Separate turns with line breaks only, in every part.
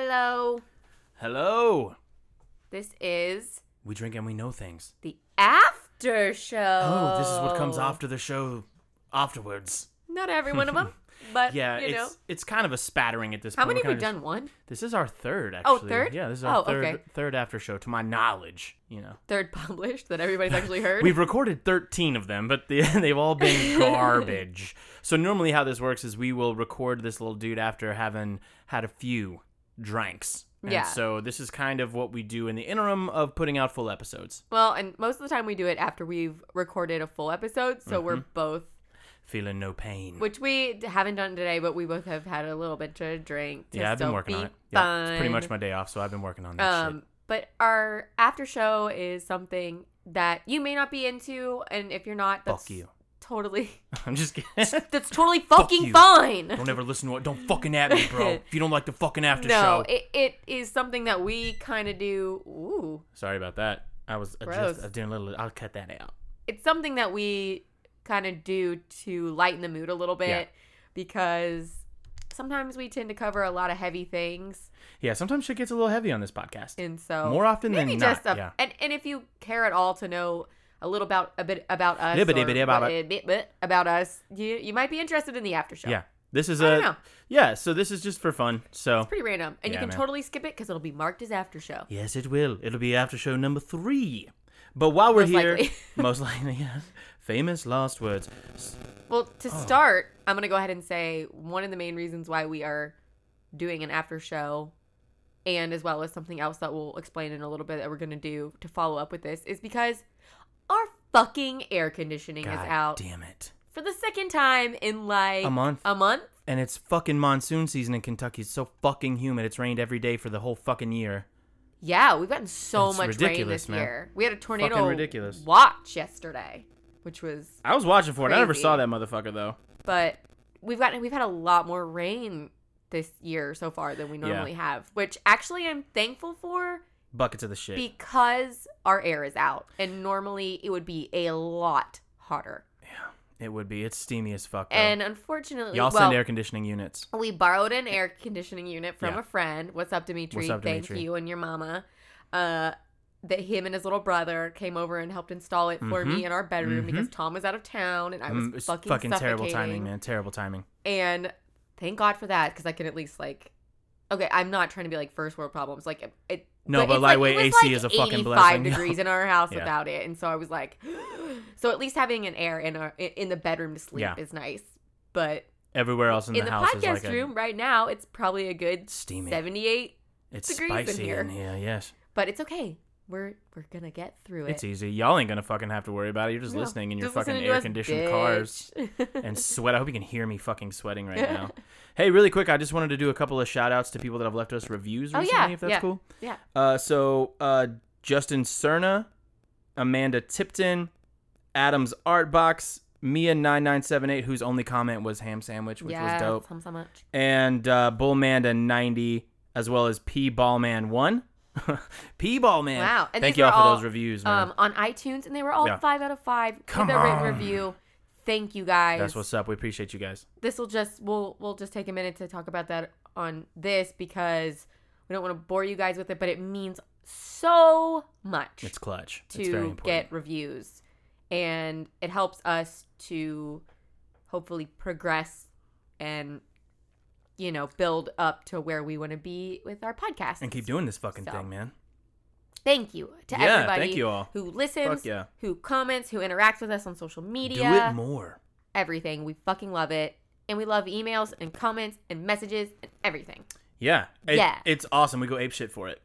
Hello.
Hello.
This is
We drink and we know things.
the after show.
Oh, this is what comes after the show afterwards.
Not every one of them, but
Yeah,
Uh, you
it's
know.
it's kind of a spattering at this
How
point.
many
We're
have we
kinda just-
done? One?
This is our third actually.
Oh, third?
Yeah, this is our
Oh,
third
okay.
third after show to my knowledge, you know.
Third published that everybody's actually heard?
We've recorded 13 of them, but the, they've all been garbage. so normally how this works is we will record this little dude after having had a few drinks. And
Yeah.
So this is kind of what we do in the interim of putting out full episodes.
well, and most of the time we do it after we've recorded a full episode, so
Mm-hmm.
we're both,
Feeling no pain.
which we d- haven't done today, but we both have had a little bit to drink. To
yeah, I've been
still
working
be
on it. Yeah, it's pretty
fun.
much my day off, so I've been working on that
Um, but our after show is something that you may not be into, and if you're not,
shit.
that's
Fuck you.
totally
I'm just kidding.
that's totally fucking
you.
fine.
don't ever listen to it. Don't fucking at me, bro. If you don't like the fucking after
No,
show.
it, it is something that we kind of do. Ooh,
Sorry about that. I was
Gross.
adjust, I was doing a little. I'll cut that out.
it's something that we kind of do to lighten the mood a little bit
Yeah.
because sometimes we tend to cover a lot of heavy things,
Yeah, sometimes shit gets a little heavy on this podcast.
and so
More often
maybe
than
just
not.
a,
yeah.
and and if you care at all to know a little about a bit about us
Little bit,
or
bit about
what
it.
it- bit- bit about us you you might be interested in the after show
Yeah. This is
I
a
don't know.
yeah. So this is just for fun. So
pretty random and you
Yeah,
can
man.
totally skip it because it'll be marked as after show
yes, it will. It'll be after show number three. But while we're
Most
here,
likely.
most likely, yes. Famous last words.
well to
Oh.
start i'm gonna go ahead and say one of the main reasons why we are doing an after show and as well as something else that we'll explain in a little bit that we're gonna do to follow up with this is because our fucking air conditioning
God
is out
damn it!
for the second time in like
A month.
a month
And it's fucking monsoon season in Kentucky. It's so fucking humid. It's rained every day for the whole fucking year.
Yeah, we've gotten so
It's
much rain
ridiculous,
this
man.
year. We had a tornado
Fucking ridiculous.
watch yesterday, which was
I was watching for it. I never
Crazy.
saw that motherfucker though.
but we've gotten we've had a lot more rain this year so far than we normally have, which actually I'm thankful for
Buckets of the shit.
because our air is out and normally it would be a lot hotter.
it would be. It's steamy as fuck. Though.
And unfortunately,
Oh. y'all
well,
send air conditioning units.
we borrowed an air conditioning unit from
Yeah.
a friend. What's up, Dimitri?
What's up,
Thank
Dimitri?
you and your mama. Uh, that him and his little brother came over and helped install it for me in our bedroom because Tom was out of town and I was
Mm-hmm. Mm, it's
fucking,
fucking terrible timing,
suffocating.
man. Terrible timing.
And thank God for that because I can at least like, okay, I'm not trying to be like first world problems. Like it, it
No, but
it's like-
lightweight
it was,
AC
like
is a fucking
85
blessing.
degrees in our house
Yeah.
without it, and so I was like, so at least having an air in our in the bedroom to sleep
Yeah.
is nice. But
Everywhere else in,
in
the,
the,
house is
podcast
like a-
room right now, it's probably a good
Steamy.
78,
it's
degrees in
spicy
here.
in here. Yes,
but it's okay. We're we're gonna get through it.
it's easy. Y'all ain't gonna fucking have to worry about it. You're just
No,
listening in your
just listen
fucking
to us,
air conditioned
bitch.
cars and sweat. I hope you can hear me fucking sweating right now. hey, really quick, I just wanted to do a couple of shout outs to people that have left us reviews
Oh,
recently.
yeah,
if that's
yeah.
cool.
yeah,
Uh, so uh, Justin Cerna, Amanda Tipton, Adam's Artbox, Mia nine nine seven eight, whose only comment was ham sandwich, which
yeah.
was dope,
Thanks so much.
and uh, Bullmanda ninety, as well as P Ballman one, P Ballman.
Wow, and
Thank
these
you all
were
for
all,
those reviews, man.
Um, on iTunes, and they were all
Yeah.
five out of five
Come
with a written
on.
review. Thank you guys.
That's what's up. We appreciate you guys.
this will just we'll we'll just take a minute to talk about that on this because we don't want to bore you guys with it, but it means so much
It's clutch. it's very
to
important.
get reviews and it helps us to hopefully progress and you know build up to where we want to be with our podcast
and keep doing this fucking
So.
thing, man.
thank you to
Yeah,
everybody
thank you all.
who listens
Fuck yeah.
who comments who interacts with us on social media
Do it more.
everything we fucking love it and we love emails and comments and messages and everything
Yeah. It-
Yeah.
It's awesome. We go ape shit for it.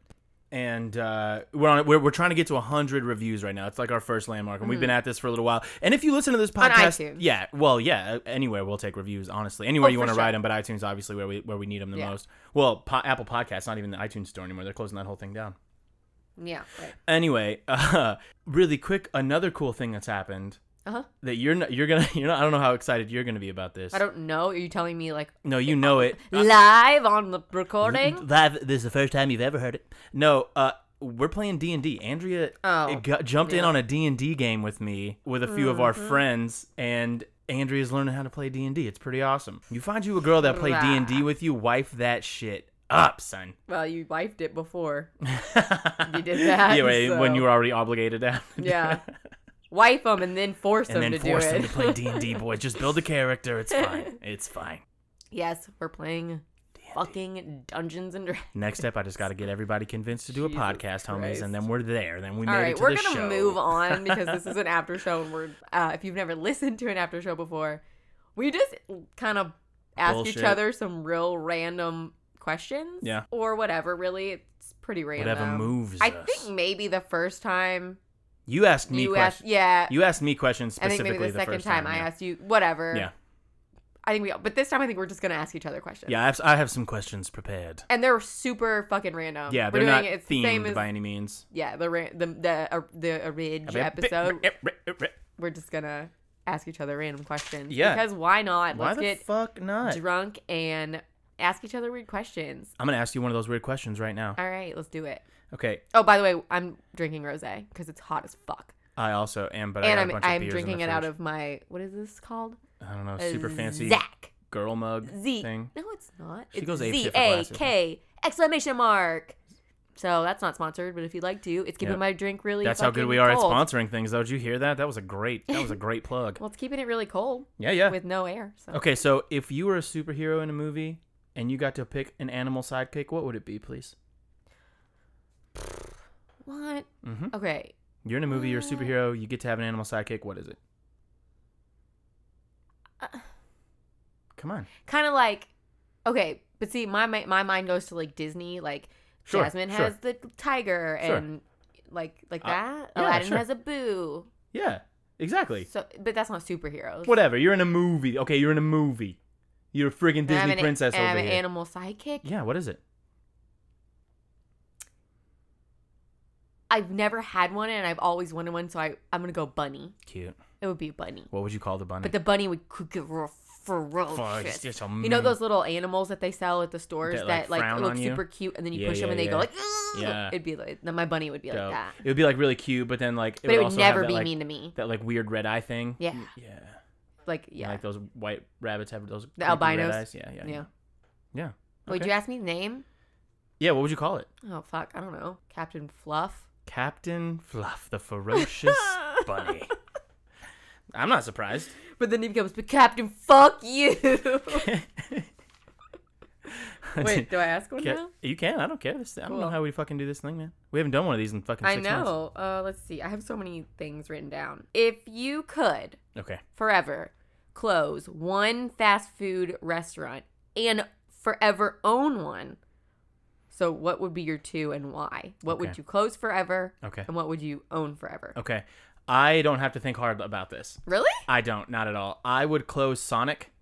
And uh, we're on. We're, we're trying to get to hundred reviews right now. It's like our first landmark, and we've been at this for a little while. And if you listen to this
Mm-hmm. On
podcast,
iTunes.
yeah, well, yeah, anywhere we'll take reviews. Honestly, anywhere
Oh,
you
for
want to
sure.
write them, but iTunes obviously where we where we need them the
Yeah.
most. Well, po- Apple Podcasts, not even the iTunes store anymore. They're closing that whole thing down.
yeah right.
Anyway, uh, really quick, another cool thing that's happened
uh-huh
that you're not, you're gonna you're not, I don't know how excited you're gonna be about this.
i don't know are you telling me like
No, you know it.
Uh, live on the recording
Live. This is the first time you've ever heard it. No, uh, we're playing D and D. Andrea
Oh,
it got, jumped in
yeah. Mm-hmm.
on a D and D game with me with a few of our friends, and Andrea's learning how to play D and D. It's pretty awesome. You find you a girl that play D and D with you, wife that shit up, son.
Well, you wiped it before.
you
did that,
Yeah, wait, when
so-
you were already obligated to.
Yeah. Wipe them and then force
and
them
then
to
force
do
them
it.
to play D and D, boys. Just build a character. It's fine. It's fine.
yes, we're playing fucking Dungeons and Dragons.
Next step, I just got to get everybody convinced to do a
Jesus
podcast, homies,
Christ.
and then we're there. Then we
All
made
right,
it to
we're
the
gonna
show.
move on because this is an after show, and we're uh, if you've never listened to an after show before, we just kind of ask each
Bullshit.
other some real random questions,
Yeah.
or whatever. Really, it's pretty random.
Whatever moves
I
us.
think maybe the first time
you asked me
you asked,
questions.
yeah,
You asked me questions
I
specifically
think maybe the, second
first
time,
time.
I
yeah.
asked you whatever.
Yeah,
I think we, but this time I think we're just gonna ask each other questions.
yeah. I have, I have some questions prepared.
and they're super fucking random.
Yeah,
we're
they're
doing
not
it, it's the
themed
same as
by any means.
yeah the ra- the the uh, the Ridge episode. we're just gonna ask each other random questions.
Yeah.
Because why not?
Why
Let's
the
get
fuck not?
drunk and ask each other weird questions.
I'm gonna ask you one of those weird questions right now.
All right, let's do it.
Okay,
Oh, by the way, I'm drinking rosé because it's hot as fuck,
I also am, but
and
I got a
I'm
bunch of
I'm
beers
drinking
in
it
the
out
fridge.
of my what is this called?
I don't know,
A
super fancy
Zach
girl mug
Z.
thing.
No, it's not.
She
it's
goes ape
Z
shit for
A
glasses.
K exclamation mark. So that's not sponsored, but if you'd like to, it's keeping
Yep.
my drink really.
That's how good
fucking
we are
cold.
at sponsoring things, though. Did you hear that? That was a great. That was a great plug.
Well, it's keeping it really cold
Yeah, yeah.
with no air. So
Okay, so if you were a superhero in a movie and you got to pick an animal sidekick, what would it be, please?
what?
Mm-hmm.
Okay,
You're in a movie. You're a
Uh,
superhero. You get to have an animal sidekick. What is it?
Uh.
Come on.
kind of like okay but see my mi- my mind goes to like disney like
Sure,
jasmine
sure.
has the tiger
Sure.
and like like
Uh,
that
yeah,
aladdin
sure.
has a boo
Yeah. Exactly.
so but that's not superheroes
Whatever. You're in a movie. Okay, you're in a movie. You're a friggin'
And I'm
Disney
an-
princess
and
over
I'm an
here.
animal sidekick
yeah. What is it?
i've never had one and i've always wanted one so i i'm gonna go bunny
Cute.
it would be a bunny
What would you call the bunny?
but the bunny would could get real
Fuck, it's
ferocious
just a
you know
mean-
those little animals that they sell at the stores
That, like,
that like,
frown
look
on you?
super cute and then you
Yeah,
push them
yeah,
and they
yeah.
go like
Yeah.
yeah. it'd be like then my bunny would be
Dope.
like that
It would be like really cute, but then like it
but it would
also have
never
that,
be
like,
mean to me
That like weird red eye thing.
Yeah.
Mm, Yeah.
like yeah
Like those white rabbits have those creepy
albinos?
Red eyes. Yeah, yeah, yeah.
Yeah.
Yeah.
Would
Okay.
you ask me the name?
Yeah, what would you call it?
Oh fuck, I don't know. Captain Fluff.
Captain Fluff, the ferocious bunny. I'm not surprised.
But then he becomes but Captain Fuck you. Wait, do I ask one
Ca-
now?
you can. I don't care. This, I don't know
Cool.
how we fucking do this thing, man. We haven't done one of these in fucking
I
six months.
know. Uh, let's see. I have so many things written down. If you could
Okay.
forever close one fast food restaurant and forever own one, so what would be your two and why? What would
Okay.
you close forever
Okay.
and what would you own forever?
Okay. I don't have to think hard about this.
Really?
I don't. Not at all. I would close Sonic.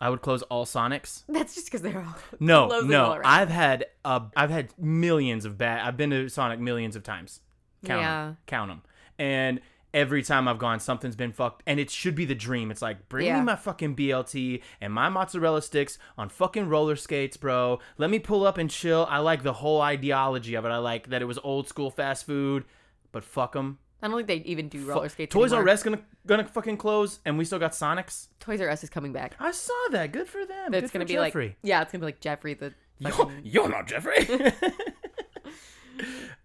I would close all Sonics.
That's just because they're all
No,
closing all
no.
around.
I've had uh, I've had millions of bad. I've been to Sonic millions of times. Count
Yeah.
them. Count them. And every time I've gone, something's been fucked. And it should be the dream. It's like bring
Yeah.
me my fucking BLT and my mozzarella sticks on fucking roller skates, bro. Let me pull up and chill. I like the whole ideology of it. I like that it was old school fast food, but fuck them.
I don't think they even do roller skates.
Toys
anymore.
R Us gonna gonna fucking close, and we still got Sonics.
Toys R Us is coming back.
I saw that. Good for them.
That's
Oh, Good
gonna
for
be
Jeffrey.
like yeah, it's gonna be like Jeffrey the
You're, you're not Jeffrey.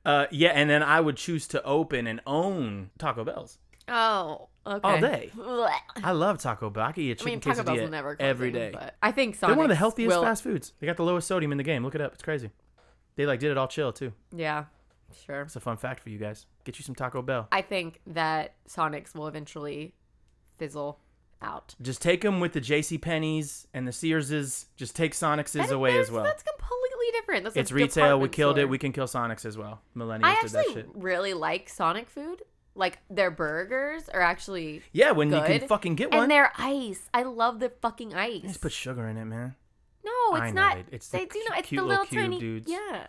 uh, yeah, and then I would choose to open and own Taco Bell's.
oh okay
All day.
Blech.
I love Taco Bell. I could eat a
I
chicken
mean, Taco Bell's
quesadilla
will never close
every day.
But I think Sonic.
They're one of the healthiest
will,
fast foods. They got the lowest sodium in the game. Look it up. It's crazy. They like did it all chill too.
Yeah, sure.
It's a fun fact for you guys. Get you some Taco Bell.
I think that Sonics will eventually fizzle out.
Just take them with the J.C. Penney's and the Sears's. Just take Sonics's
That-
away
that's-
as well.
That's completely different. That's a
It's retail. We
department
killed it.
store.
We can kill Sonics as well. Millennials
I
did that
actually
shit.
really like Sonic food. Like their burgers are actually
Yeah, when you can
good.
fucking get one.
and their ice. I love the fucking ice.
Just put sugar in it, man.
No,
I
it's
know
not.
they- it's the
they do
cu-
not. It's
cute
the
little
little,
cube
tiny
dudes.
Yeah.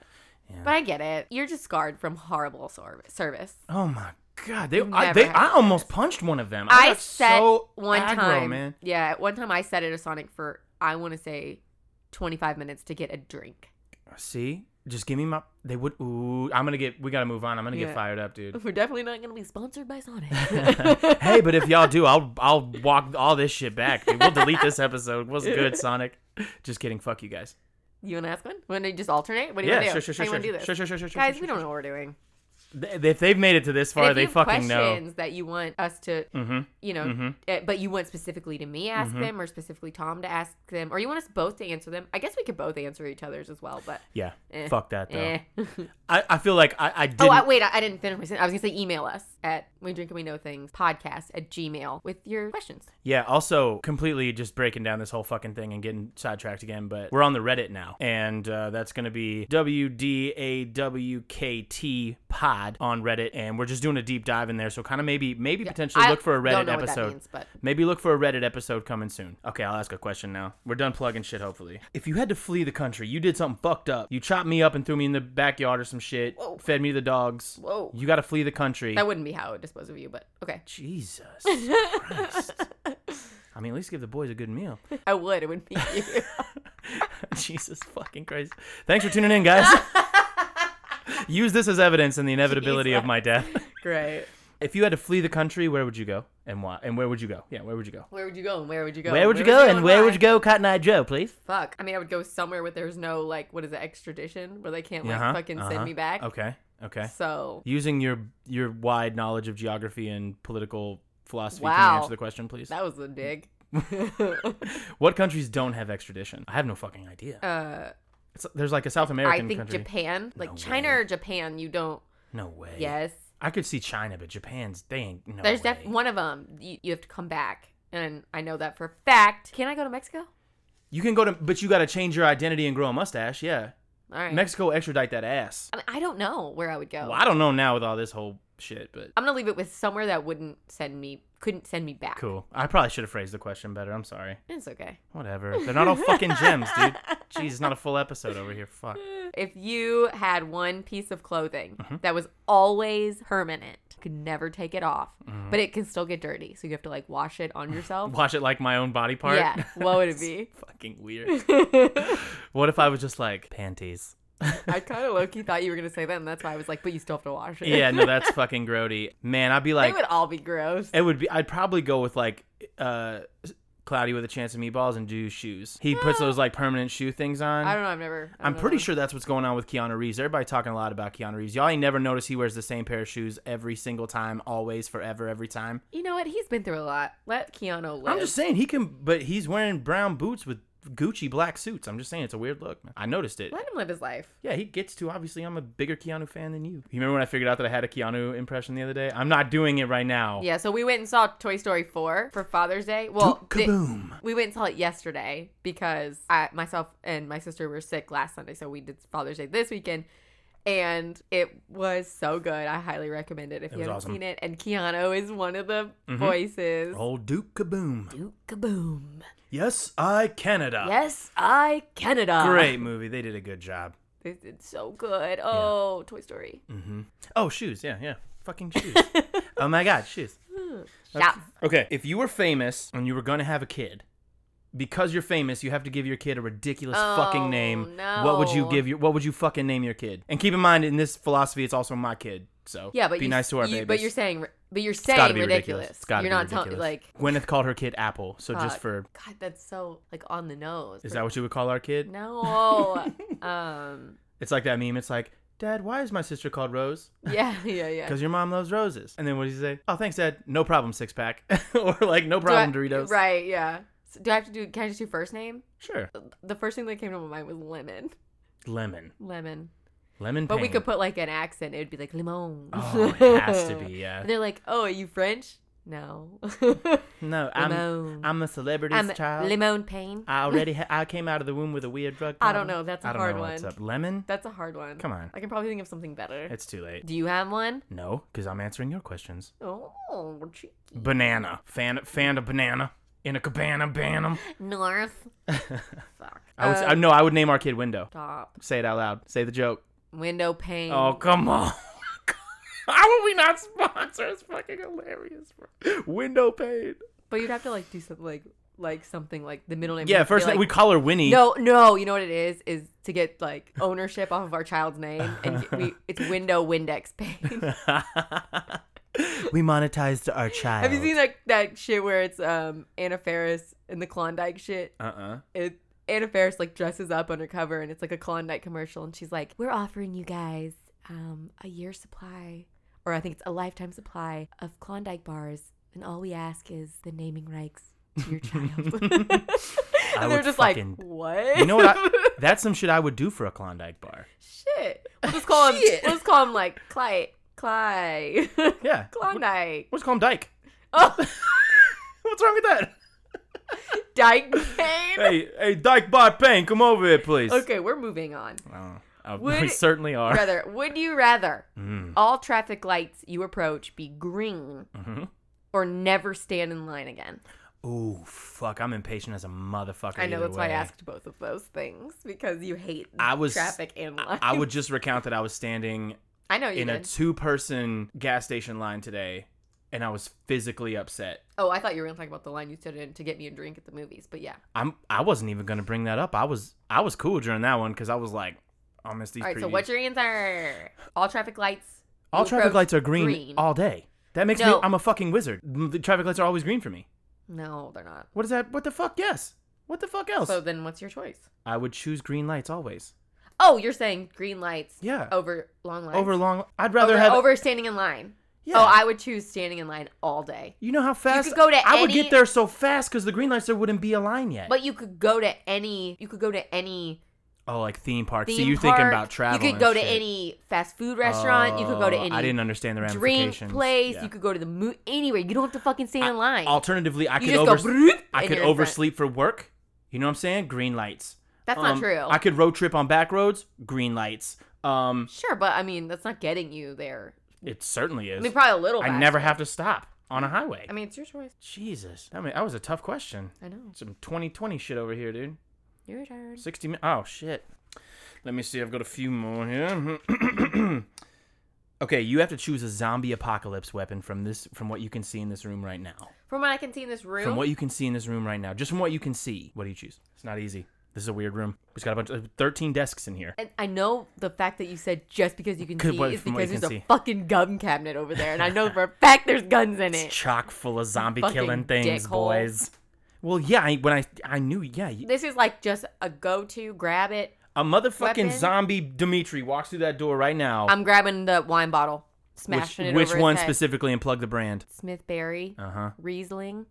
Yeah.
But I get it. You're just scarred from horrible sor- service.
Oh my god, they I,
never
they
had
I
that.
almost punched one of them.
I,
got
set
so
one
aggro,
time.
man.
Yeah, one time I sat at a Sonic for I want to say 25 minutes to get a drink.
See, just give me my. They would. Ooh, I'm gonna get. We gotta move on. I'm gonna get
Yeah.
fired up, dude.
We're definitely not going to be sponsored by Sonic.
hey, but if y'all do, I'll I'll walk all this shit back. dude. We'll delete this episode. It wasn't good, Sonic. Just kidding. Fuck you guys.
You want to ask one? Want to just alternate? What do you
Yeah,
want to
sure,
do?
sure, sure,
How
sure,
do you
sure,
want to do this?
sure, sure, sure, sure.
Guys,
sure,
we don't know what we're doing.
Th- If they've made it to this far,
And if
they
you have
fucking know. Mm-hmm.
questions that you want us to, you know, eh, but you want specifically to me ask them or specifically Tom to ask them, or you want us both to answer them, I guess we could both answer each other's as well. But
Yeah.
Eh.
Fuck that though.
eh.
I, I feel like I, I didn't.
oh, I, wait, I, I didn't finish my sentence. I was going to say email us at We Drink and We Know Things podcast at Gmail with your questions.
Yeah, also completely just breaking down this whole fucking thing and getting sidetracked again, but we're on the Reddit now. And uh, that's going to be WDAWKT pod on Reddit. And we're just doing a deep dive in there. So kind of maybe, maybe potentially
I
look for a Reddit
don't know what that
episode.
means, but-
Maybe look for a Reddit episode coming soon. Okay, I'll ask a question now. We're done plugging shit, hopefully. If you had to flee the country, you did something fucked up. You chopped me up and threw me in the backyard or some shit,
Whoa.
fed me to the dogs.
Whoa.
You got to flee the country.
That wouldn't be how I would dispose of you, but okay.
Jesus Christ. I mean, at least give the boys a good meal.
I would. It would be you.
Jesus fucking Christ. Thanks for tuning in, guys. Use this as evidence in the inevitability of my death.
Great.
If you had to flee the country, where would you go and why? And where would you go? Yeah, where would you go?
Where would you go and where would you go?
Where would you go and where
why?
would you go, Cotton Eye Joe, please?
Fuck. I mean, I would go somewhere where there's no, like, what is it, extradition where they can't, like,
Uh-huh,
fucking
uh-huh.
send me back.
Okay. Okay.
So,
Using your your wide knowledge of geography and political philosophy, can
Wow.
you answer the question, please?
that was a dig.
What countries don't have extradition? I have no fucking idea.
uh,
It's, there's like a South
I
American
think
country.
Japan, like
No
China
way.
or Japan, you don't.
no way.
Yes.
I could see China, but Japan's they ain't no
There's
way.
def- one of them, you, you have to come back. And I know that for a fact. Can I go to Mexico?
You can go to, but you got to change your identity and grow a mustache. Yeah,
All right. Oh.
Mexico extradite that ass.
I, mean, I don't know where I would go.
Well, I don't know now with all this whole shit, but
I'm gonna leave it with somewhere that wouldn't send me, couldn't send me back.
cool. I probably should have phrased the question better. I'm sorry.
It's okay.
Whatever. They're not all fucking gems, dude. Jeez, it's not a full episode over here. Fuck.
If you had one piece of clothing
Mm-hmm.
that was always permanent, you could never take it off,
Mm-hmm.
but it can still get dirty, so you have to like wash it on yourself.
Watch it like my own body part.
yeah. What would it be?
fucking weird. what if I was just like panties?
I kind of low key thought you were gonna say that, and that's why I was like, but you still have to wash it.
Yeah, no, that's fucking grody. Man, I'd be
They
like,
would all be gross.
It would be. I'd probably go with like uh, Cloudy with a Chance of Meatballs and do shoes. He puts those like permanent shoe things on.
Ah. I don't know. I've never. I
I'm
don't
pretty
know.
sure that's what's going on with Keanu Reeves. Everybody talking a lot about Keanu Reeves. Y'all ain't never noticed he wears the same pair of shoes every single time, always, forever, every time.
You know what? He's been through a lot. Let Keanu live.
I'm just saying he can, but he's wearing brown boots with Gucci black suits. I'm just saying it's a weird look. Man. I noticed it.
Let him live his life.
Yeah, he gets to. Obviously, I'm a bigger Keanu fan than you. You remember when I figured out that I had a Keanu impression the other day? I'm not doing it right now.
Yeah. So we went and saw Toy Story 4 for Father's Day. Well,
Oh.
di-
Duke kaboom.
We went and saw it yesterday because I, myself and my sister were sick last Sunday, so we did Father's Day this weekend, and it was so good. I highly recommend it if you
was
haven't
awesome. Mm-hmm. Oh.
seen it. And Keanu is one of the voices.
Old Duke Kaboom.
Duke Kaboom!
Yes, I Canada.
Yes, I Canada.
Uh, Great movie. They did a good job.
It's, it's so good. Oh, Toy Story.
Oh, shoes. Yeah, yeah. Fucking shoes. oh my god, shoes.
Yeah.
Okay, if you were famous and you were going to have a kid, because you're famous, you have to give your kid a ridiculous
Oh,
fucking name. What would you
no.
give your what would you fucking name your kid? And keep in mind in this philosophy it's also my kid. So
Yeah, but
be
you,
nice to our
you,
babies.
But you're saying, but you're
it's
saying
gotta be
ridiculous.
ridiculous. It's gotta
you're
be
not
ridiculous.
telling like
Gwyneth called her kid Apple, so just
Fuck.
for
God, that's so like on the nose.
is that what you would call our kid?
no? um.
It's like that meme. It's like, Dad, why is my sister called Rose?
Yeah, yeah, yeah.
Because your mom loves roses. And then what did he say? Oh, thanks, Dad. No problem, six pack. or like, no
Do I-
problem, Doritos.
Right, yeah. So do I have to do? Can I just do first name?
Sure.
The first thing that came to my mind was lemon,
Lemon.
lemon.
Lemon.
But we
pain.
could put like an accent. It would be like limon.
Oh, it has to be. Yeah.
And they're like, "Oh, are you French? No, I'm,
No, I'm.
limon.
I'm a celebrity's
I'm
child.
limon pain.
I already. Ha- I came out of the womb with a weird drug.
I don't
problem.
know, that's a
I don't
hard
know what's
one.
up. Lemon.
That's a hard one.
Come on.
I can probably think of something better.
It's too late.
Do you have one?
No, because I'm answering your questions.
Oh, cheeky.
Banana. Fan. Fan a banana in a cabana. Bantam.
North. Fuck.
I would.
Uh,
I, no, I would name our kid Window.
Stop.
Say it out loud. Say the joke.
Window pane.
Oh, come on. How are we not sponsored? It's fucking hilarious, bro. Window pane.
But you'd have to like do something like like something like the middle name. would
Yeah,
have to be,
first
like,
we call her Winnie.
No, no. You know what it is? Is to get like ownership off of our child's name, and get- we it's window Windex pane.
we monetized our child.
Have you seen that that shit where it's um Anna Faris and the Klondike shit?
Uh uh
It Anna Faris like dresses up undercover and it's like a Klondike commercial and she's like, We're offering you guys um, a year's supply or I think it's a lifetime supply of Klondike bars and all we ask is the naming rights to your child. and they're
would
just
fucking-
like, What?
You know what? I, that's some shit I would do for a Klondike bar.
Shit. We'll just call him we'll just call him like Clyde. Clyde.
Yeah.
Klondike.
What's called Dyke?
Oh
What's wrong with that?
Dyke Kane.
hey, hey, Dyke Bot Payne, come over here, please.
Okay, we're moving on.
Oh, uh, we
Would-
certainly are.
Rather, would you rather
Mm.
all traffic lights you approach be green
hmm
or never stand in line again?
Ooh, fuck! I'm impatient as a motherfucker.
I know
either
that's why I
way.
asked both of those things because you hate
I was-
traffic and line.
I would just recount that I was standing
I know you
in a
did.
two-person gas station line today, and I was physically upset.
oh, I thought you were going to talk about the line you stood in to get me a drink at the movies, but yeah.
I'm. I wasn't even gonna bring that up. I was. I was cool during that one because I was like, I miss these.
All right, so
previews.
what's your answer? All traffic lights.
All
you
traffic
approach
lights are green, all day. That makes me.
No.
I'm a fucking wizard. M- The traffic lights are always green for me.
no, they're not.
What is that? What the fuck? Yes. What the fuck else?
So then what's your choice?
I would choose green lights always.
Oh, you're saying green lights
Yeah.
over long lines.
Over long.
Oh,
I'd
over,
rather have.
over standing in line.
yeah.
Oh, I would choose standing in line all day.
You know how fast
could go to
I would
any-
get there so fast because the green lights there wouldn't be a line yet.
But you could go to any. You could go to any.
oh, like theme parks.
Theme
so you're
park.
thinking about travel?
You could
and
go to
shit.
any fast food restaurant. you could go to
Oh,
any.
I didn't understand the
drink
ramifications.
place.
Yeah.
You could go to the mo- anywhere. You don't have to fucking stand in line.
Alternatively, I
you
could
just
over.
go. bloop,
I
and you're in
could
front.
oversleep for work. You know what I'm saying? Green lights.
That's
Um,
not true.
I could road trip on back roads. Green lights. Um,
sure, but I mean that's not getting you there.
it certainly
I
is.
mean, probably a little.
I
faster.
never have to stop on a highway.
I mean, it's your choice.
Jesus, I mean, that was a tough question.
I know.
Some 2020 shit over here, dude.
Your turn.
60 minutes. Oh, shit. Let me see. I've got a few more here. okay, you have to choose a zombie apocalypse weapon from this from what you can see in this room right now.
From what I can see in this room,
From what you can see in this room right now. Just from what you can see. What do you choose? It's not easy. This is a weird room. We've got a bunch of 13 desks in here.
and I know the fact that you said just because you can
Could-
see
what-
is
from what you
because there's
can
a
see.
fucking gun cabinet over there, and I know for a fact there's guns in
It's
it.
chock full of zombie
Fucking
killing things,
dickhole.
boys. Well, yeah, I, when I I knew, yeah, y-
This is like just a go-to. Grab it.
a motherfucking
Weapon?
zombie Dimitri walks through that door right now.
I'm grabbing the wine bottle,
which
smashing it.
which
over his
one
head.
specifically and plug the brand?
Smith Berry.
Uh huh.
Riesling,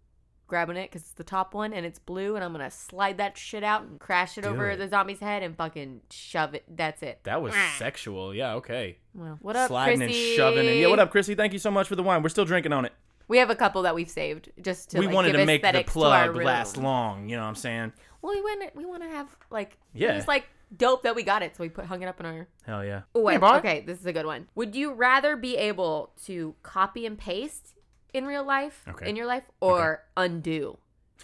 grabbing it because it's the top one and it's blue, and I'm gonna slide that shit out and crash it
Do
over
it.
the zombie's head and fucking shove it. That's it.
That was sexual. Yeah, okay.
Well, what up,
Sliding
Chrissy?
and shoving. And, yeah, what up, Chrissy? Thank you so much for the wine. We're still drinking on it.
We have a couple that we've saved just to.
we
like,
wanted
give
to make the
aesthetics to our
plug
room.
last long. You know what I'm saying?
Well, we want we want to have like
Yeah.
It's like dope that we got it, so we put hung it up in our.
Hell yeah.
Oh,
Hey,
wait,
boy.
okay, this is a good one. Would you rather be able to copy and paste in real life,
Okay.
in your life, or undo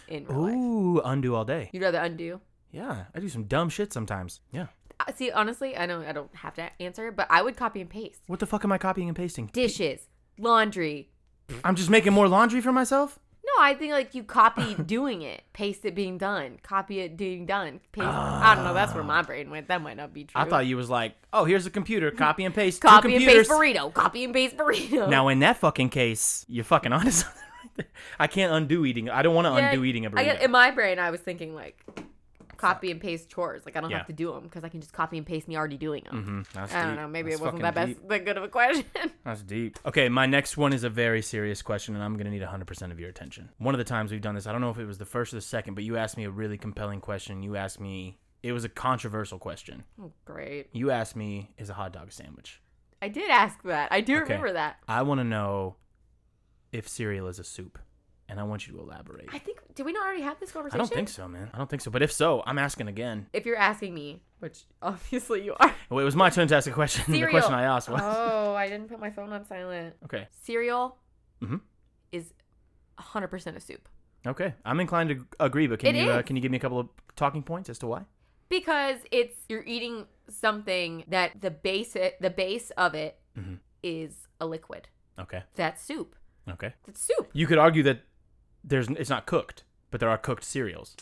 in real life?
Ooh, undo all day.
You'd rather undo.
Yeah, I do some dumb shit sometimes. Yeah.
Uh, See, honestly, I know I don't have to answer, but I would copy and paste
What the fuck am I copying and pasting?
dishes, laundry.
I'm just making more laundry for myself?
No, I think like you copy doing it, paste it being done, copy it being done, paste. I don't know. That's where my brain went. That might not be true.
I thought you was like, oh, here's a computer. Copy and paste. two
copy and
computers.
paste burrito, copy and paste burrito.
Now, in that fucking case, you're fucking onto something right there. I can't undo eating. I don't want to
Yeah,
undo eating a burrito.
I get, in my brain, I was thinking like copy and paste chores. Like I don't
Yeah.
have to do them because I can just copy and paste me already doing them.
Mhm, that's
I don't
deep.
know. Maybe
That's
it wasn't that
fucking
best,
deep.
that good of a question.
That's deep. Okay, my next one is a very serious question, and I'm going to need 100% of your attention. One of the times we've done this, I don't know if it was the first or the second, but you asked me a really compelling question. You asked me, it was a controversial question.
oh, great.
You asked me, is a hot dog a sandwich?
I did ask that. I do remember that.
I want to know if cereal is a soup, and I want you to elaborate.
I think did we not already have this conversation?
I don't think so, man. I don't think so. But if so, I'm asking again.
If you're asking me, which obviously you are.
Well, it was my turn to ask a question. the
Cereal.
question I asked was.
Oh, I didn't put my phone on silent.
Okay.
Cereal
Mhm.
is 100% a soup
Okay. I'm inclined to agree, but can
It
you uh,
is.
can you give me a couple of talking points as to why?
because it's you're eating something that the base the base of it is
Mhm.
a liquid.
Okay.
That's soup.
Okay.
That's soup.
You could argue that there's it's not cooked, but there are cooked cereals.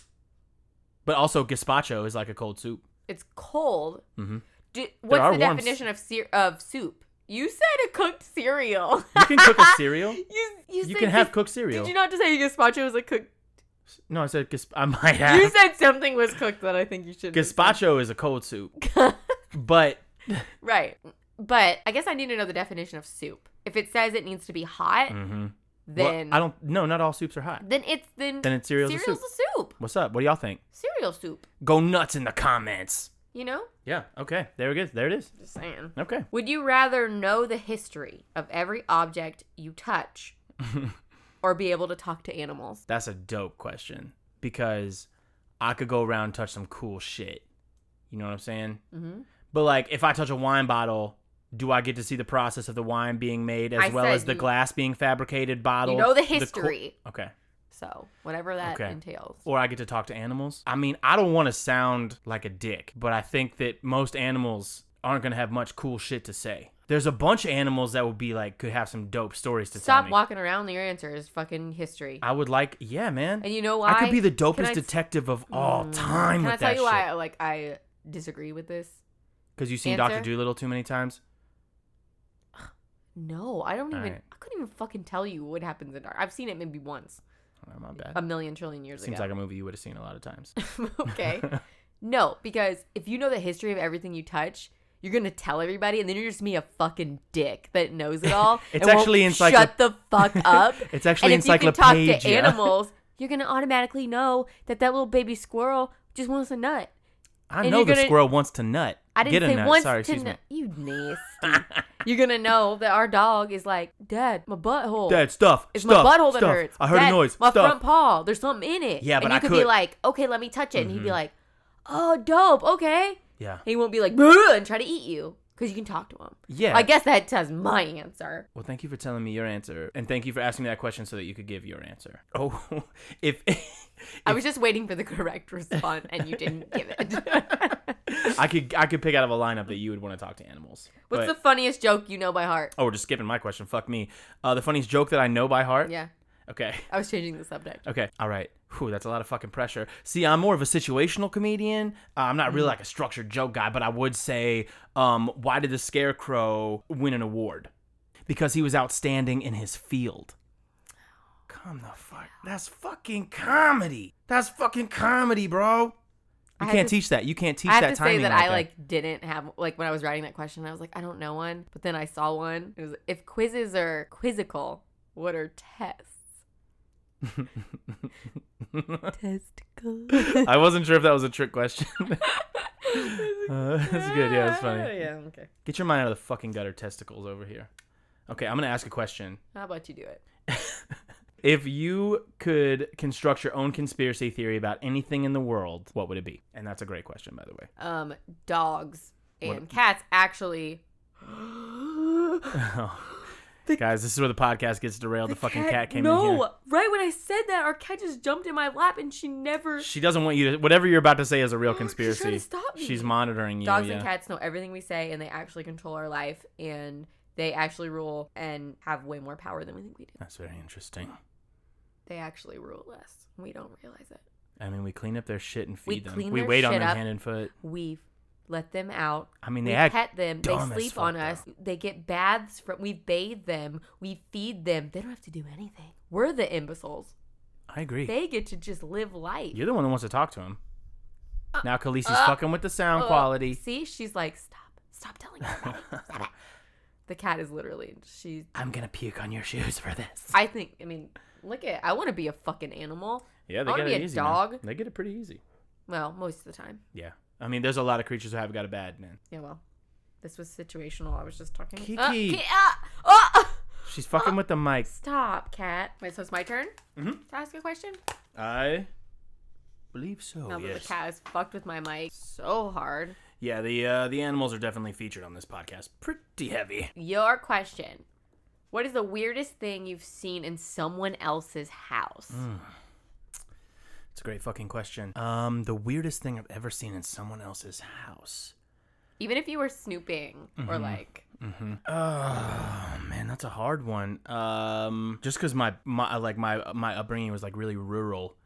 But also gazpacho is like a cold soup.
It's cold.
Mm-hmm.
Do, what's
are
the
warm
definition of cere- of soup? You said a cooked cereal.
You can cook a cereal.
you you,
you
said
can have
gas-
cooked cereal.
Did you not just say gazpacho was a cooked
No, I said gas- I might
You
have.
said something was cooked that I think you should.
Gazpacho is a cold soup, but
Right. But I guess I need to know the definition of soup. If it says it needs to be hot,
Mhm. Well,
then
I don't. No, not all soups are hot.
Then it's then,
Then it's cereal's a
cereal's
soup.
a soup.
What's up? What do y'all think?
Cereal soup.
Go nuts in the comments.
You know?
Yeah. Okay. There it is. There it is.
Just saying.
Okay.
Would you rather know the history of every object you touch or be able to talk to animals?
That's a dope question because I could go around and touch some cool shit. You know what I'm saying?
Mhm.
But like, if I touch a wine bottle, do I get to see the process of the wine being made as
I
well
said
as the
you-
glass being fabricated, bottled?
You know the
co-
history.
okay.
so, whatever that
Okay.
entails.
Or I get to talk to animals. I mean, I don't want to sound like a dick, but I think that most animals aren't gonna have much cool shit to say. There's a bunch of animals that would be like could have some dope stories to tell
Stop
me.
walking around. Your answer is fucking history.
I would like, yeah, man.
and you know why?
I could be the
Can
dopest
I- Hmm.
detective of all time
Can I
with
tell
that
you why?
shit.
I, Like I disagree with this.
Because you've seen Doctor
Answer?
Doolittle too many times.
No, I don't
All
even.
right.
I couldn't even fucking tell you what happens in Dark. I've seen it maybe once,
Oh, my bad.
a million trillion years
Seems
ago.
like a movie you would have seen a lot of times.
okay. No, because if you know the history of everything you touch, you're gonna tell everybody, and then you're just me a fucking dick that knows it all.
It's
and won't
actually encyclo-
shut the fuck up.
It's actually
and if you can talk to
encyclopedia.
animals, you're gonna automatically know that that little baby squirrel just wants a nut.
I
And
know
you're
the
gonna-
squirrel wants to nut.
I didn't
Get a
say
nut.
once
Sorry,
to
excuse
kn-
me.
you nasty. you're gonna know that our dog is like, Dad, my butthole.
Dad, stuff.
It's
stuff,
my butthole that
stuff.
hurts.
I heard
Dad,
a noise.
My
stuff.
front paw. There's something in it.
Yeah, but
and you
I
be
could- Mm-hmm.
like, okay, let me touch it, and he'd be like, oh, dope. Okay.
yeah.
And he won't be like, "Bruh," and try to eat you because you can talk to him.
Yeah.
I guess that says my answer.
Well, thank you for telling me your answer, and thank you for asking me that question so that you could give your answer. Oh, if
I was just waiting for the correct response, and you didn't give it.
I could, I could pick out of a lineup that you would want to talk to animals.
What's
But-
the funniest joke you know by heart?
Oh, we're just skipping my question. Fuck me. Uh, the funniest joke that I know by heart.
Yeah,
Okay.
I was changing the subject.
Okay. All right. Whew, that's a lot of fucking pressure. See, I'm more of a situational comedian. Uh, I'm not really
Mm.
like a structured joke guy, but I would say, um, why did the scarecrow win an award? Because he was outstanding in his field. Come the fuck. That's fucking comedy. That's fucking comedy, bro.
I
You
have
can't
to-
teach that. You can't teach
I
that
have to say
timing.
that
like
I like didn't have like when I was writing that question, I was like, I don't know one, but then I saw one. It was if quizzes are quizzical, what are tests? Testicle.
I wasn't sure if that was a trick question. Uh, that's good. Yeah, that's funny.
Yeah, okay.
Get your mind out of the fucking gutter testicles over here. Okay, I'm gonna ask a question.
How about you do it?
If you could construct your own conspiracy theory about anything in the world, what would it be? And that's a great question, by the way.
um dogs and
What-
cats actually
Guys, this is where the podcast gets derailed. The, fucking cat, came
no
in here.
right when i said that our cat just jumped in my lap and she never
She doesn't want you to. Whatever you're about to say is a real
She's trying to
conspiracy.
stop me.
She's monitoring you.
dogs
yeah.
and cats know everything we say and they actually control our life and they actually rule and have way more power than we think we do
That's very interesting.
they actually rule us we don't realize it
I mean, we clean up their shit and feed
We
them.
clean
we
their
wait on
shit
them
up.
hand and foot.
we let them out
I mean,
we
they act
pet them they
dumb as
sleep
fuck,
on us they get baths from we bathe them we feed them they don't have to do anything we're the imbeciles
I agree.
they get to just live life
You're the one that wants to talk to him. now Khaleesi's
uh,
fucking with the sound
Uh,
quality.
See, she's like, stop, stop telling us. the cat is literally. She.
I'm gonna puke on your shoes for this.
I think. I mean, look at. I want to be a fucking animal.
Yeah,
I wanna be a
now.
dog.
They get it pretty easy.
Well, most of the time.
Yeah, I mean, there's a lot of creatures who have got it bad, man.
Yeah. Well, this was situational. I was just talking.
Kiki.
Uh, ki- ah, ah.
She's fucking with the mic.
Stop, cat. Wait, so it's my turn
Mhm.
to ask a question.
I believe so.
now that
yes.
the cat has fucked with my mic so hard.
Yeah, the uh, the animals are definitely featured on this podcast. Pretty heavy.
Your question. What is the weirdest thing you've seen in someone else's house?
Mm. It's a great fucking question. Um, the weirdest thing I've ever seen in someone else's house.
Even if you were snooping or
Mm-hmm.
like
Oh man, that's a hard one. Um, just because my my uh, like my my upbringing was like really rural,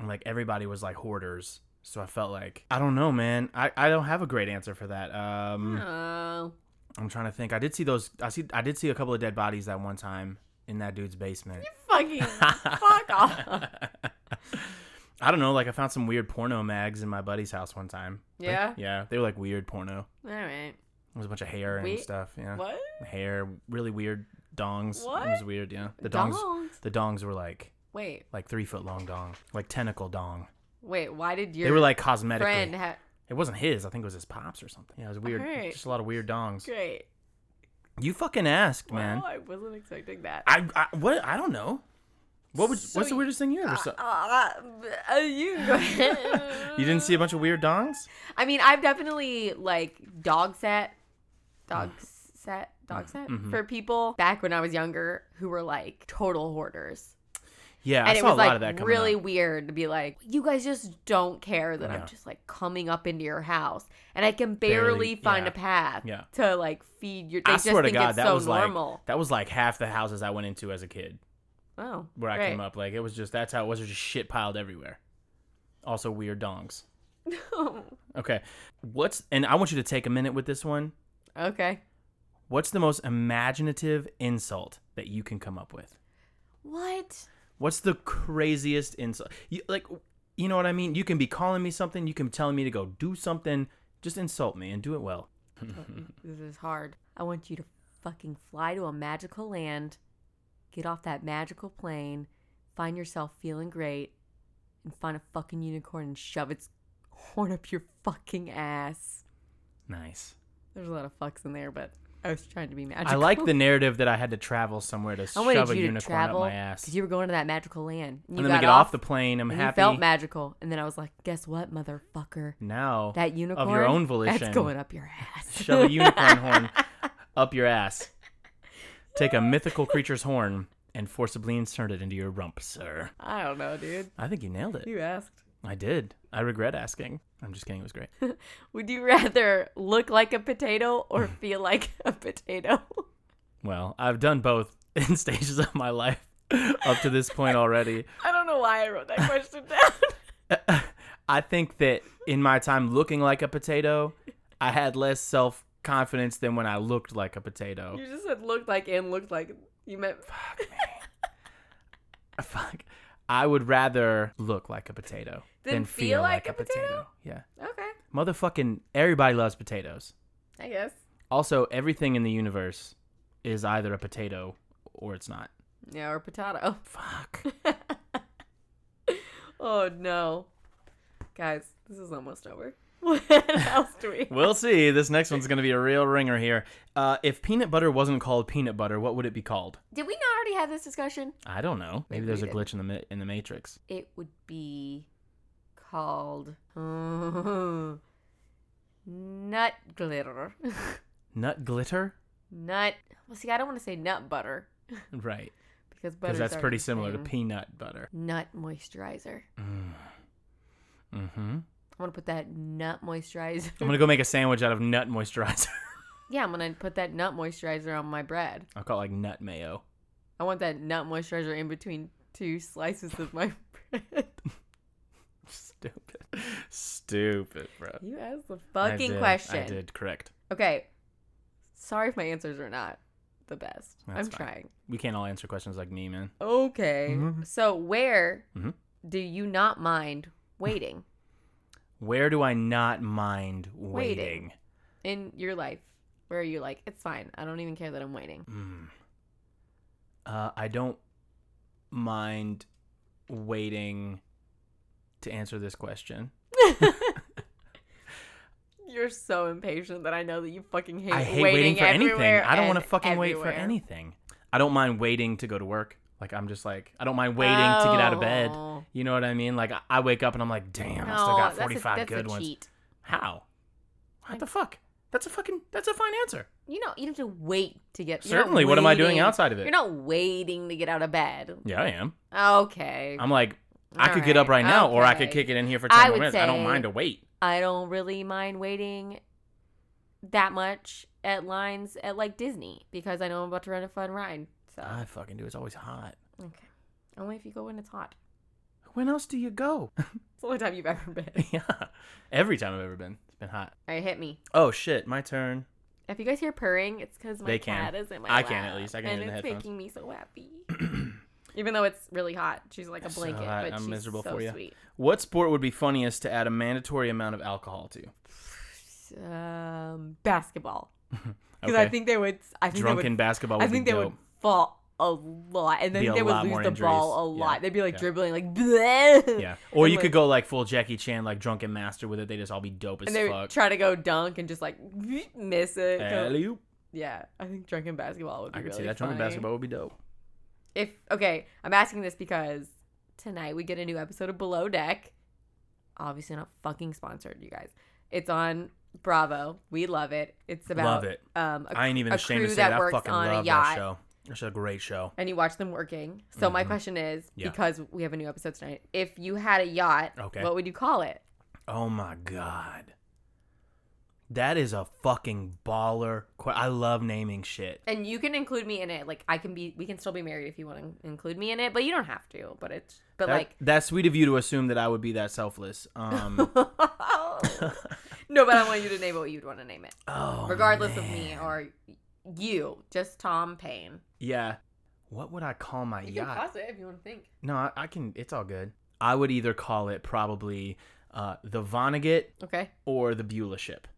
and like everybody was like hoarders, so I felt like I don't know, man. I I don't have a great answer for that. Um,
Oh,
I'm trying to think. I did see those. I see. I did see a couple of dead bodies that one time in that dude's basement.
fucking fuck off.
I don't know. Like I found some weird porno mags in my buddy's house one time.
Yeah?
yeah, they were like weird porno.
All right.
It was a bunch of hair and
We-
stuff. Yeah,
What?
hair, really weird dongs.
What?
It was weird. Yeah, the dongs.
Dongs?
The dongs were like
Wait,
like three foot long dong, like tentacle dong.
wait. Why did your
They were like cosmetic.
friend ha-
It wasn't his. I think it was his pops or something. Yeah, it was weird.
Alright.
Just a lot of weird dongs.
Great.
You fucking asked, man.
Well, I wasn't expecting that.
I, I what I don't know. What was
So
what's the
you-
weirdest thing you ever saw?
Uh, you go ahead.
You didn't see a bunch of weird dongs?
I mean, I've definitely like dog set, dog
Mm.
set, dog set
Mm-hmm.
for people back when I was younger who were like total hoarders.
Yeah,
and
I
it
saw
was
a lot
like
of that coming
really
up.
weird to be like, you guys just don't care that
Yeah.
I'm just like coming up into your house and I can barely,
Barely,
find
yeah.
a path
Yeah.
to like feed your. They
I
just
swear to
think
God,
it's
that
so
was
normal.
like that was like half the houses I went into as a kid
oh,
where I
great.
came up. Like it was just that's how it was. There's just shit piled everywhere. Also weird dongs. Okay, what's and I want you to take a minute with this one.
okay.
What's the most imaginative insult that you can come up with?
What?
What's the craziest insult? You, like, you know what I mean? You can be calling me something. You can be telling me to go do something. Just insult me and do it well.
This is hard. I want you to fucking fly to a magical land, get off that magical plane, find yourself feeling great, and find a fucking unicorn and shove its horn up your fucking ass.
Nice.
There's a lot of fucks in there, but I was trying to be magical.
I like the narrative that I had to travel somewhere to
I
shove
wanted
a
you to
unicorn up
travel
my ass.
because you were going to that magical land. you
and then we
got
get off, the plane. I'm
and You
happy.
felt magical, and then I was like, "Guess what, motherfucker?
now,
That unicorn
of your own
that's
volition,
going up your ass."
shove a unicorn horn up your ass. Take a mythical creature's horn and forcibly insert it into your rump, sir.
I don't know, dude.
I think you nailed it.
You asked.
I did. I regret asking. I'm just kidding. It was great.
Would you rather look like a potato or feel like a potato?
Well, I've done both in stages of my life up to this point already.
I don't know why I wrote that question down.
I think that in my time looking like a potato, I had less self confidence than when I looked like a potato.
you just said looked like and looked like. You meant.
Fuck. I would rather look like a potato
Than feel like a potato?
Yeah.
Okay,
Motherfucking everybody loves potatoes.
I guess.
Also, everything in the universe is either a potato or it's not.
Yeah, or potato.
Fuck.
Oh no, guys, this is almost over. What else do we?
We'll see. This next one's going to be a real ringer here. Uh, if peanut butter wasn't called peanut butter, what would it be called?
Did we not already have this discussion?
I don't know. Maybe
Maybe
there's a
we did.
glitch in the ma- in the matrix.
It would be called nut glitter.
Nut glitter?
nut. Well, see, I don't want to say nut butter
Right.
because butter.
Because that's pretty similar to peanut butter.
nut moisturizer.
Mm. Mm-hmm. I'm
I'm gonna put that nut moisturizer.
going to go make a sandwich out of nut moisturizer.
yeah, I'm gonna put that nut moisturizer on my bread.
I'll call it like nut mayo.
I want that nut moisturizer in between two slices of my bread.
Stupid. Stupid, bro.
you asked the
I
fucking
did.
question.
I did. Correct.
Okay. Sorry if my answers are not the best.
That's
I'm
fine.
trying.
We can't all answer questions like me, man.
Okay.
Mm-hmm.
So where
Mhm.
do you not mind waiting
Where do I not mind
Waiting.
waiting?
in your life? Where are you like, it's fine. I don't even care that I'm waiting.
Mm. Uh, I don't mind waiting to answer this question.
You're so impatient that I know that you fucking hate,
I hate
waiting,
waiting for anything.
everywhere
I don't want to
and
fucking wait for
everywhere.
anything. I don't mind waiting to go to work. Like I'm just like I don't mind waiting to get out of bed.
Oh.
You know what I mean? Like I- I wake up and I'm like, damn, I still
No,
got
that's a-
45
that's a
good ones.
cheat.
How? What the fuck? That's a fucking that's a fine answer.
You know, you have to wait to get. you're not
Certainly. What am I doing
waiting-
outside of it?
You're not waiting to get out of bed.
yeah, I am.
Okay.
I'm like I
All
could get up right
right,
now, or I could
okay.
kick it in here for
I
10 more
would
minutes. I don't
say-
mind to wait.
I don't really mind waiting that much at lines at like Disney because I know I'm about to run a fun ride. So
I fucking do. It's always hot.
okay, only if you go when it's hot.
When else do you go?
It's the only time you've ever been.
yeah. Every time I've ever been, it's been hot.
All right, hit me.
Oh shit, my turn.
If you guys hear purring, it's because my
They can.
cat is in my
I can,
lap,
at least. I can
and
hear it in the
it's
headphones.
making me so happy. Even though it's really hot, she's like a
So
blanket,
I-
but
I'm
she's
miserable
so
for ya.
sweet.
What sport would be funniest to add a mandatory amount of alcohol to?
Um, basketball, because I
Okay.
think they would. I think
drunken
they
basketball.
would.
Would
I think
be
they
dope.
would fall a lot, and then
Be a
they would
lot
lose
more
the ball a
injuries. Yeah.
lot. They'd be like
Yeah.
dribbling, like bleh.
Yeah. Or
And,
you
like-
could go like full Jackie Chan, like drunken master with it. They just all be dope as
and they would
fuck.
try to go dunk and just like miss it.
Alley-oop.
Yeah, I think drunken basketball would be
I could
really
see that
funny.
drunken basketball would be dope.
If okay, I'm asking this because tonight we get a new episode of Below Deck. Obviously not fucking sponsored, you guys. It's on Bravo. We love it. It's about
Love it.
um a,
I ain't even
a
ashamed
crew
to say
that
that. I
works
fucking
on a
love
yacht.
that show. That's a great show.
and you watch them working. So my question is,
Mm-hmm. Yeah.
because we have a new episode tonight, if you had a yacht,
Okay.
what would you call it?
Oh my god. That is a fucking baller. que- I love naming shit.
And you can include me in it. Like I can be we can still be married if you want to include me in it, but you don't have to. But it's but
That-
like
that's sweet of you to assume that I would be that selfless. Um,
No, but I want you to name it what you'd want to name it.
oh,
regardless
man.
of me or you, just Tom Payne.
Yeah. What would I call my
You
yacht?
can pause it if you want to think.
No, I, I can. It's all good. I would either call it probably uh, the Vonnegut
Okay.
or the Beulah ship.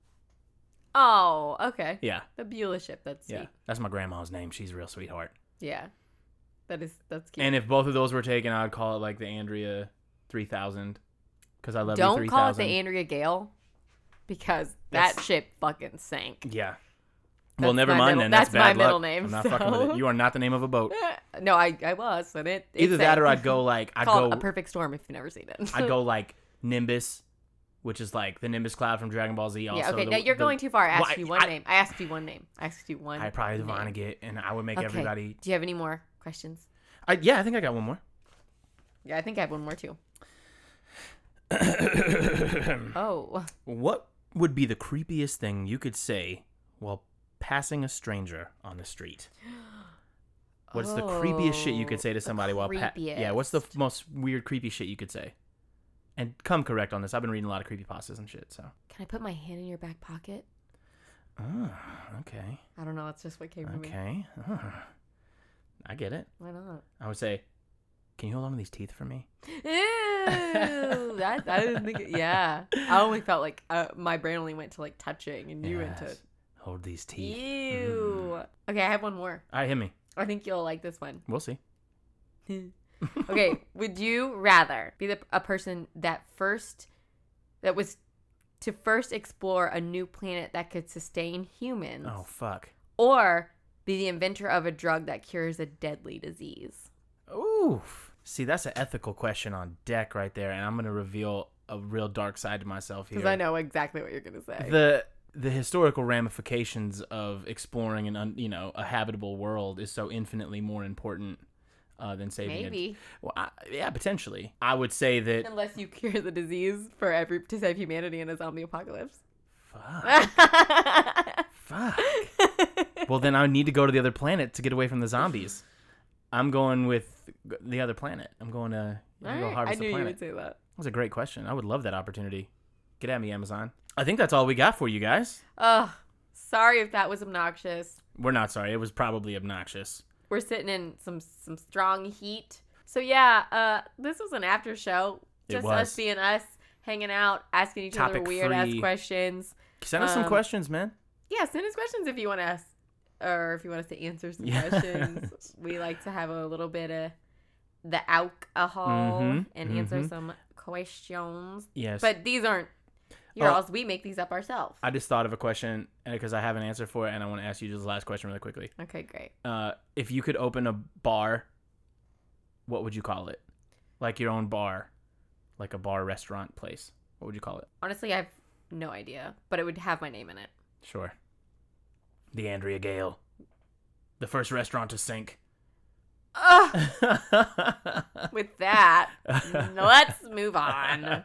Oh, okay.
Yeah,
The Beulah ship. That's
yeah.
sweet.
That's my grandma's name. She's a real sweetheart.
Yeah. That is that's cute.
And if both of those were taken, I'd call it like the Andrea three thousand because I love you
Don't
three
call it the
thousand.
Andrea Gale because that
That's-
ship fucking sank.
yeah. well,
That's
never
my
mind
middle-
then. That's,
that's my
bad
middle
luck.
name,
I'm not
so.
fucking with it. You are not the name of a boat.
no, I I was and it, it
Either that or
sank.
I'd go like I'd
call it
go
a perfect storm if you've never seen it.
I'd go like Nimbus, which is like the Nimbus cloud from Dragon Ball Z. Also,
yeah. Okay.
the-
now you're
the-
going too far. I asked
Why-
you one
I-
name. I asked you one name. I asked you one.
I probably the
name.
Vonnegut, and I would make
Okay.
everybody.
Do you have any more questions?
I, yeah, I think I got one more.
Yeah, I think I have one more too. oh.
What would be the creepiest thing you could say while passing a stranger on the street? What's the creepiest shit you could say
Oh, the
to somebody while pa- Yeah, what's the f- most weird creepy shit you could say? And come correct on this. I've been reading a lot of creepy pastas and shit, so.
Can I put my hand in your back pocket?
Oh, okay.
I don't know. That's just what came to me.
Okay. Ah, I get it.
Why not?
I would say, "Can you hold on to these teeth for me?"
Ew, that I didn't think. It, yeah, I only felt like uh, my brain only went to like touching, and you went to
Yes. Hold these teeth. Mm-hmm.
ew. Okay, I have one more.
All right, hit me.
I think you'll like this one.
We'll see.
okay, would you rather be the, a person that first that was to first explore a new planet that could sustain humans?
Oh fuck.
or be the inventor of a drug that cures a deadly disease.
Oof. See, that's an ethical question on deck right there, and I'm gonna reveal a real dark side to myself here.
Because I know exactly what you're gonna say.
the the historical ramifications of exploring an un, you know a habitable world is so infinitely more important uh, than saving a-
Maybe
Well, I, yeah, potentially. I would say that.
unless you cure the disease for every to save humanity in a zombie apocalypse.
Fuck.
okay,
fuck. Well, then I need to go to the other planet to get away from the zombies. I'm going with the other planet. I'm going to I'm gonna go
I
harvest
knew
the
you
planet.
would say that.
That's a great question. I would love that opportunity. Get at me, Amazon. I think that's all we got for you guys.
Oh, sorry if that was obnoxious.
We're not sorry. It was probably obnoxious.
We're sitting in some some strong heat. So yeah, uh, this was an after show.
It
Just
was.
us being us, hanging out, asking each other
Topic
weird ass
free.
questions.
Send us some
Um,
questions, man.
Yeah, send us questions if you want us, or if you want us to answer some
Yes.
questions. We like to have a little bit of the alcohol
Mhm,
and answer
mhm.
some questions.
Yes.
But these aren't yours.
Oh.
we make these up ourselves.
I just thought of a question because I have an answer for it, and I want to ask you just the last question really quickly.
okay, great.
Uh, if you could open a bar, what would you call it? Like your own bar, like a bar restaurant place. What would you call it?
Honestly, I have no idea, but it would have my name in it.
Sure. The Andrea Gale, the first restaurant to sink.
Ugh, with that, let's move on.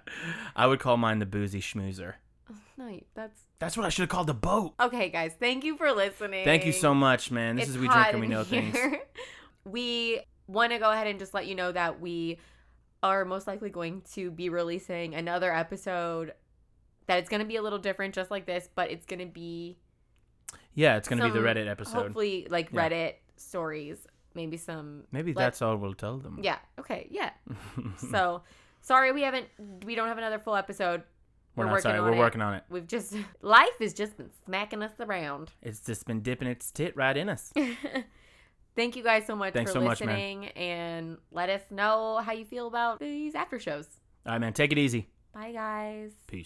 I would call mine the Boozy Schmoozer.
No, you- that's
That's what I should have called the boat.
okay, guys. Thank you for listening.
Thank you so much, man. This
It's
is We
hot
Drink and We
in
Know Things.
here. We want to go ahead and just let you know that we are most likely going to be releasing another episode that it's going to be a little different just like this, but it's going to be
Yeah, it's gonna be the
some-
Reddit episode.
Hopefully like
Yeah.
Reddit stories maybe some
Maybe
like-
that's all we'll tell them.
yeah okay yeah so sorry we haven't we don't have another full episode
we're,
we're
not
working
sorry.
on
We're
it.
working on it.
we've just life has just been smacking us around
It's just been dipping its tit right in us.
thank you guys so much
Thanks
for
so much, man.
listening and let us know how you feel about these after shows
All right, man. Take it easy.
bye guys
Peace.